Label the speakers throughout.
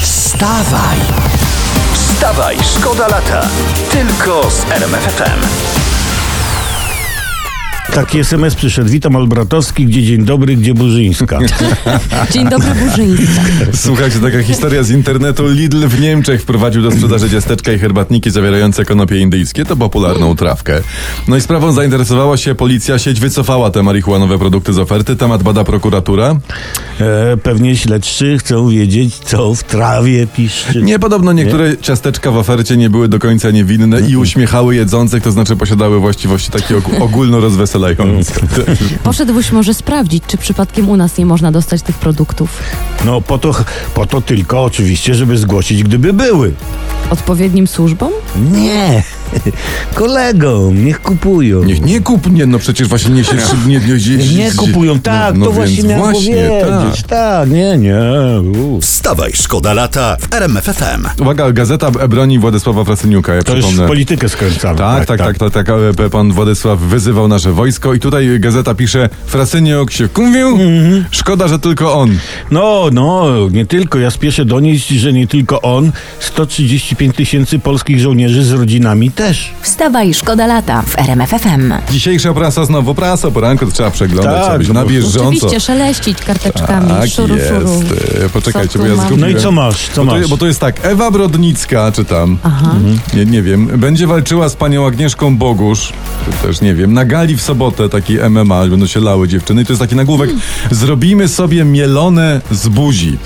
Speaker 1: Wstawaj! Wstawaj, szkoda lata. Tylko z RMFFM.
Speaker 2: Taki SMS przyszedł. Witam Albratowski, gdzie dzień dobry, gdzie Burzyńska.
Speaker 3: Dzień dobry, Burzyńska.
Speaker 4: Słuchajcie, taka historia z internetu. Lidl w Niemczech wprowadził do sprzedaży ciasteczka i herbatniki zawierające konopie indyjskie. To popularną trawkę. No i sprawą zainteresowała się policja. Sieć wycofała te marihuanowe produkty z oferty. Temat bada prokuratura.
Speaker 2: E, pewnie śledczy chcą wiedzieć, co w trawie piszczy.
Speaker 4: Nie, podobno niektóre ciasteczka w ofercie nie były do końca niewinne i uśmiechały jedzących, to znaczy posiadały właściwości takie og- ogólnorozweselające.
Speaker 3: Poszedłbyś może sprawdzić, czy przypadkiem u nas nie można dostać tych produktów.
Speaker 2: No po to, po to tylko oczywiście, żeby zgłosić, gdyby były.
Speaker 3: Odpowiednim służbom?
Speaker 2: Nie. Kolegom, niech kupują.
Speaker 4: Niech nie kupnie, no przecież właśnie nie się trzy dni jeździ.
Speaker 2: Nie kupują, tak,
Speaker 4: no, no
Speaker 2: to właśnie
Speaker 4: więc
Speaker 2: miałem
Speaker 4: właśnie,
Speaker 2: powiedzieć. Tak. nie, nie. U.
Speaker 1: Wstawaj, szkoda lata w RMFFM.
Speaker 4: Uwaga, gazeta broni Władysława Frasyniuka, ja
Speaker 2: To już
Speaker 4: przypomnę.
Speaker 2: w politykę skręcamy.
Speaker 4: Tak, tak, tak, tak, tak, tak. Pan Władysław wyzywał nasze wojsko i tutaj gazeta pisze Frasyniok się kumwił,
Speaker 2: Mhm.
Speaker 4: szkoda, że tylko on.
Speaker 2: No, no, nie tylko. Ja spieszę donieść, że nie tylko on. 135 tysięcy polskich żołnierzy z rodzinami też.
Speaker 5: Wstawaj, szkoda lata w RMFFM.
Speaker 4: Dzisiejsza prasa znowu prasa, poranku to trzeba przeglądać,
Speaker 2: Tak,
Speaker 4: trzeba być
Speaker 2: no bo-
Speaker 4: na bieżąco.
Speaker 3: Oczywiście, szeleścić karteczkami,
Speaker 4: Tak
Speaker 3: szuru,
Speaker 4: jest.
Speaker 3: szuru.
Speaker 4: E, Poczekajcie,
Speaker 3: Co
Speaker 4: bo
Speaker 3: tu
Speaker 4: ja
Speaker 3: mamy?
Speaker 4: zgubiłem.
Speaker 2: No i co masz, co
Speaker 4: bo,
Speaker 2: masz?
Speaker 4: to, bo to jest tak, Ewa Brodnicka, czytam, Mhm.
Speaker 3: Aha.
Speaker 4: nie, nie wiem, będzie walczyła z panią Agnieszką Bogusz, czy też nie wiem, na gali w sobotę taki MMA, będą się lały dziewczyny i to jest taki nagłówek,
Speaker 3: Hmm.
Speaker 4: zrobimy sobie mielone z buzi.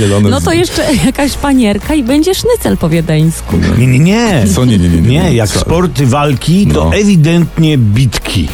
Speaker 4: mielone
Speaker 3: No
Speaker 4: z
Speaker 3: to jeszcze jakaś panierka i będzie sznycel po wiedeńsku.
Speaker 2: Nie, nie, nie.
Speaker 4: Co? Nie, nie, nie. Nie,
Speaker 2: Nie, jak
Speaker 4: Co?
Speaker 2: sporty walki, to
Speaker 4: No.
Speaker 2: ewidentnie bitki.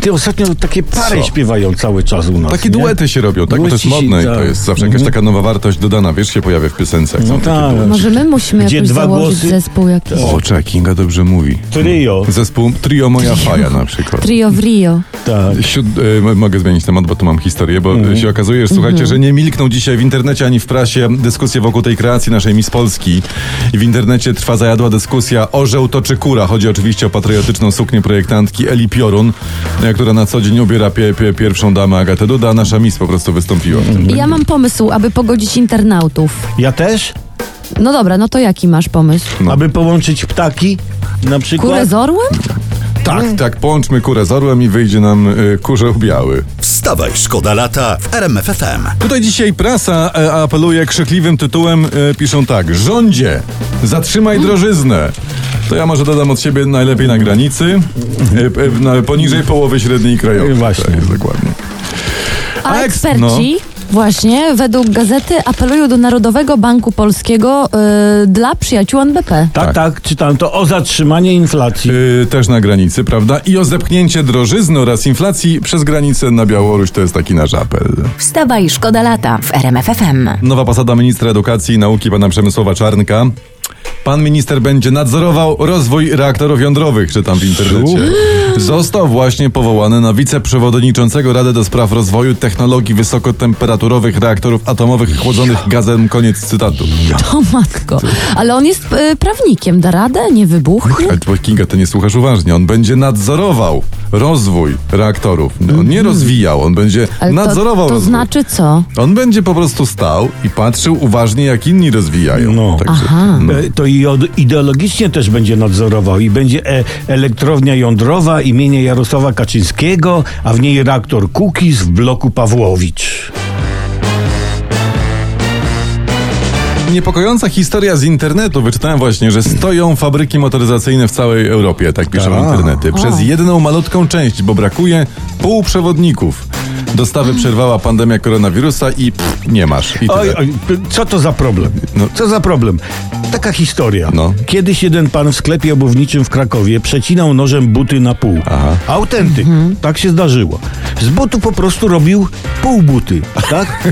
Speaker 2: Ty ostatnio takie pary
Speaker 4: Co?
Speaker 2: śpiewają cały czas u nas.
Speaker 4: Takie
Speaker 2: nie?
Speaker 4: duety się robią, tak? Bo to jest
Speaker 2: Dueci się-
Speaker 4: modne i to
Speaker 2: tak.
Speaker 4: jest zawsze jakaś taka nowa wartość dodana, wiesz, się pojawia w piosence. jak
Speaker 2: No
Speaker 4: są takie
Speaker 2: tak.
Speaker 4: duety.
Speaker 3: Może my musimy
Speaker 2: Gdzie
Speaker 3: jakoś
Speaker 2: dwa
Speaker 3: założyć
Speaker 2: głosy?
Speaker 3: zespół jakiś.
Speaker 4: O, czekaj, Kinga dobrze mówi.
Speaker 2: Trio.
Speaker 4: Zespół Trio Moja Faja na przykład.
Speaker 3: Trio w Rio.
Speaker 2: Tak.
Speaker 4: Siód, e, mogę zmienić temat, bo tu mam historię, bo e, się okazuje, że słuchajcie, że nie milkną dzisiaj w internecie ani w prasie dyskusje wokół tej kreacji naszej Miss Polski. I w internecie trwa zajadła dyskusja orzeł to czy kura. Chodzi oczywiście o patriotyczną suknię projektantki Eli Piorun, e, która na co dzień ubiera pie, pie, pierwszą damę Agatę Duda, a nasza Miss po prostu wystąpiła w tym.
Speaker 3: I Ja mam pomysł, aby pogodzić internautów.
Speaker 2: Ja też?
Speaker 3: No dobra, no to jaki masz pomysł?
Speaker 4: No.
Speaker 2: Aby połączyć ptaki na przykład.
Speaker 3: Kurę z orłem?
Speaker 4: Tak, tak, połączmy kurę z orłem i wyjdzie nam y, kurzeł biały.
Speaker 1: Wstawaj, szkoda lata w RMFFM.
Speaker 4: Tutaj dzisiaj prasa e, apeluje krzykliwym tytułem, e, piszą tak, rządzie, zatrzymaj
Speaker 2: Mm.
Speaker 4: drożyznę. To ja może dodam od siebie najlepiej na granicy, e, e, na, poniżej połowy średniej krajowej.
Speaker 2: E, właśnie.
Speaker 4: Tak, jest dokładnie.
Speaker 3: A
Speaker 4: A eks-
Speaker 3: eksperci
Speaker 4: no.
Speaker 3: właśnie według gazety apelują do Narodowego Banku Polskiego y, dla przyjaciół NBP.
Speaker 2: tak, tak, czytałem to o zatrzymanie inflacji.
Speaker 4: Y, też na granicy, prawda? I o zepchnięcie drożyzny oraz inflacji przez granicę na Białoruś, to jest taki nasz apel.
Speaker 5: Wstawaj, szkoda lata w RMFFM.
Speaker 4: Nowa posada ministra edukacji i nauki pana Przemysława Czarnka. Pan minister będzie nadzorował rozwój reaktorów jądrowych, czytam w internecie. Został właśnie powołany na wiceprzewodniczącego Rady do Spraw Rozwoju Technologii Wysokotemperaturowych Reaktorów Atomowych Chłodzonych Gazem. Koniec cytatu.
Speaker 3: O matko. Ale on jest y, prawnikiem, da radę? Nie wybuchnie?
Speaker 4: Ale bo Kinga, ty nie słuchasz uważnie. On będzie nadzorował rozwój reaktorów. On nie rozwijał, on będzie
Speaker 3: Mhm. Ale
Speaker 4: nadzorował
Speaker 3: to, to
Speaker 4: rozwój.
Speaker 3: znaczy co?
Speaker 4: On będzie po prostu stał i patrzył uważnie, jak inni rozwijają.
Speaker 2: No.
Speaker 4: Także,
Speaker 3: Aha.
Speaker 4: no.
Speaker 2: E, To i od- ideologicznie też będzie nadzorował i będzie e, elektrownia jądrowa imienia Jarosława Kaczyńskiego, a w niej reaktor Kukiz w bloku Pawłowicz.
Speaker 4: Niepokojąca historia z internetu. Wyczytałem właśnie, że stoją fabryki motoryzacyjne w całej Europie, tak piszą
Speaker 2: Tak.
Speaker 4: internety. Przez jedną malutką część, bo brakuje pół przewodników. Dostawy przerwała pandemia koronawirusa i pff, nie masz. I tyle.
Speaker 2: Oj, oj, p- co to za problem?
Speaker 4: No.
Speaker 2: Co za problem? Taka historia.
Speaker 4: No.
Speaker 2: Kiedyś jeden pan w sklepie obuwniczym w Krakowie przecinał nożem buty na pół.
Speaker 4: Aha.
Speaker 2: Autentyk. Tak się zdarzyło. Z butu po prostu robił pół buty, tak?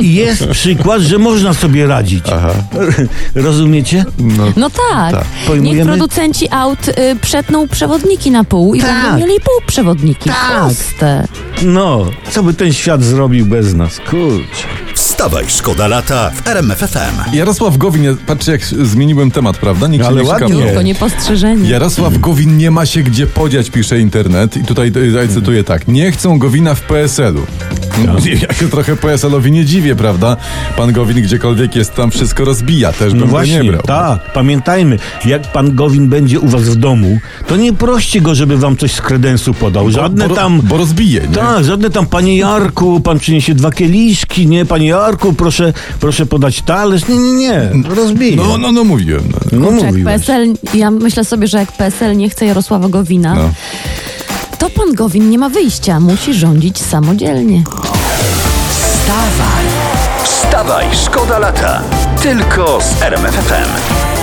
Speaker 2: I jest przykład, że można sobie radzić. Rozumiecie?
Speaker 3: No tak.
Speaker 2: Pojmujemy-
Speaker 3: Niech producenci aut y, przetną przewodniki na pół i
Speaker 2: Tak.
Speaker 3: będą mieli pół przewodniki.
Speaker 2: Tak.
Speaker 3: Proste.
Speaker 2: No, co by ten świat zrobił bez nas? Kurczę.
Speaker 1: Wstawaj, szkoda lata w RMFFM.
Speaker 4: Jarosław Gowin, ja- patrzcie jak zmieniłem temat, prawda? Nikt się
Speaker 2: No, Ale
Speaker 4: nie
Speaker 2: ładnie.
Speaker 4: ciekawi.
Speaker 3: Tylko niepostrzeżenie.
Speaker 4: Jarosław Gowin nie ma się gdzie podziać, pisze internet. I tutaj
Speaker 2: Mhm.
Speaker 4: e, cytuję tak. Nie chcą Gowina w PSL-u. No, Ja się trochę PSL-owi nie dziwię, prawda? Pan Gowin gdziekolwiek jest, tam wszystko rozbija. Też bym
Speaker 2: No
Speaker 4: go
Speaker 2: właśnie,
Speaker 4: nie brał.
Speaker 2: tak, pamiętajmy, jak pan Gowin będzie u was w domu, to nie proście go, żeby wam coś z kredensu podał. Żadne
Speaker 4: bo,
Speaker 2: tam...
Speaker 4: Bo rozbije, nie?
Speaker 2: Tak, żadne tam, panie Jarku, pan przyniesie dwa kieliszki, nie, panie Jarku, proszę, proszę podać talerz. Nie, nie, nie, rozbije.
Speaker 4: No, no, no mówiłem. No.
Speaker 2: no
Speaker 3: Czy jak
Speaker 2: mówiłeś.
Speaker 3: PSL, ja myślę sobie, że jak PSL nie chce Jarosława Gowina,
Speaker 4: No.
Speaker 3: to pan Gowin nie ma wyjścia, musi rządzić samodzielnie.
Speaker 1: Wstawaj, szkoda lata. Tylko z RMFFM.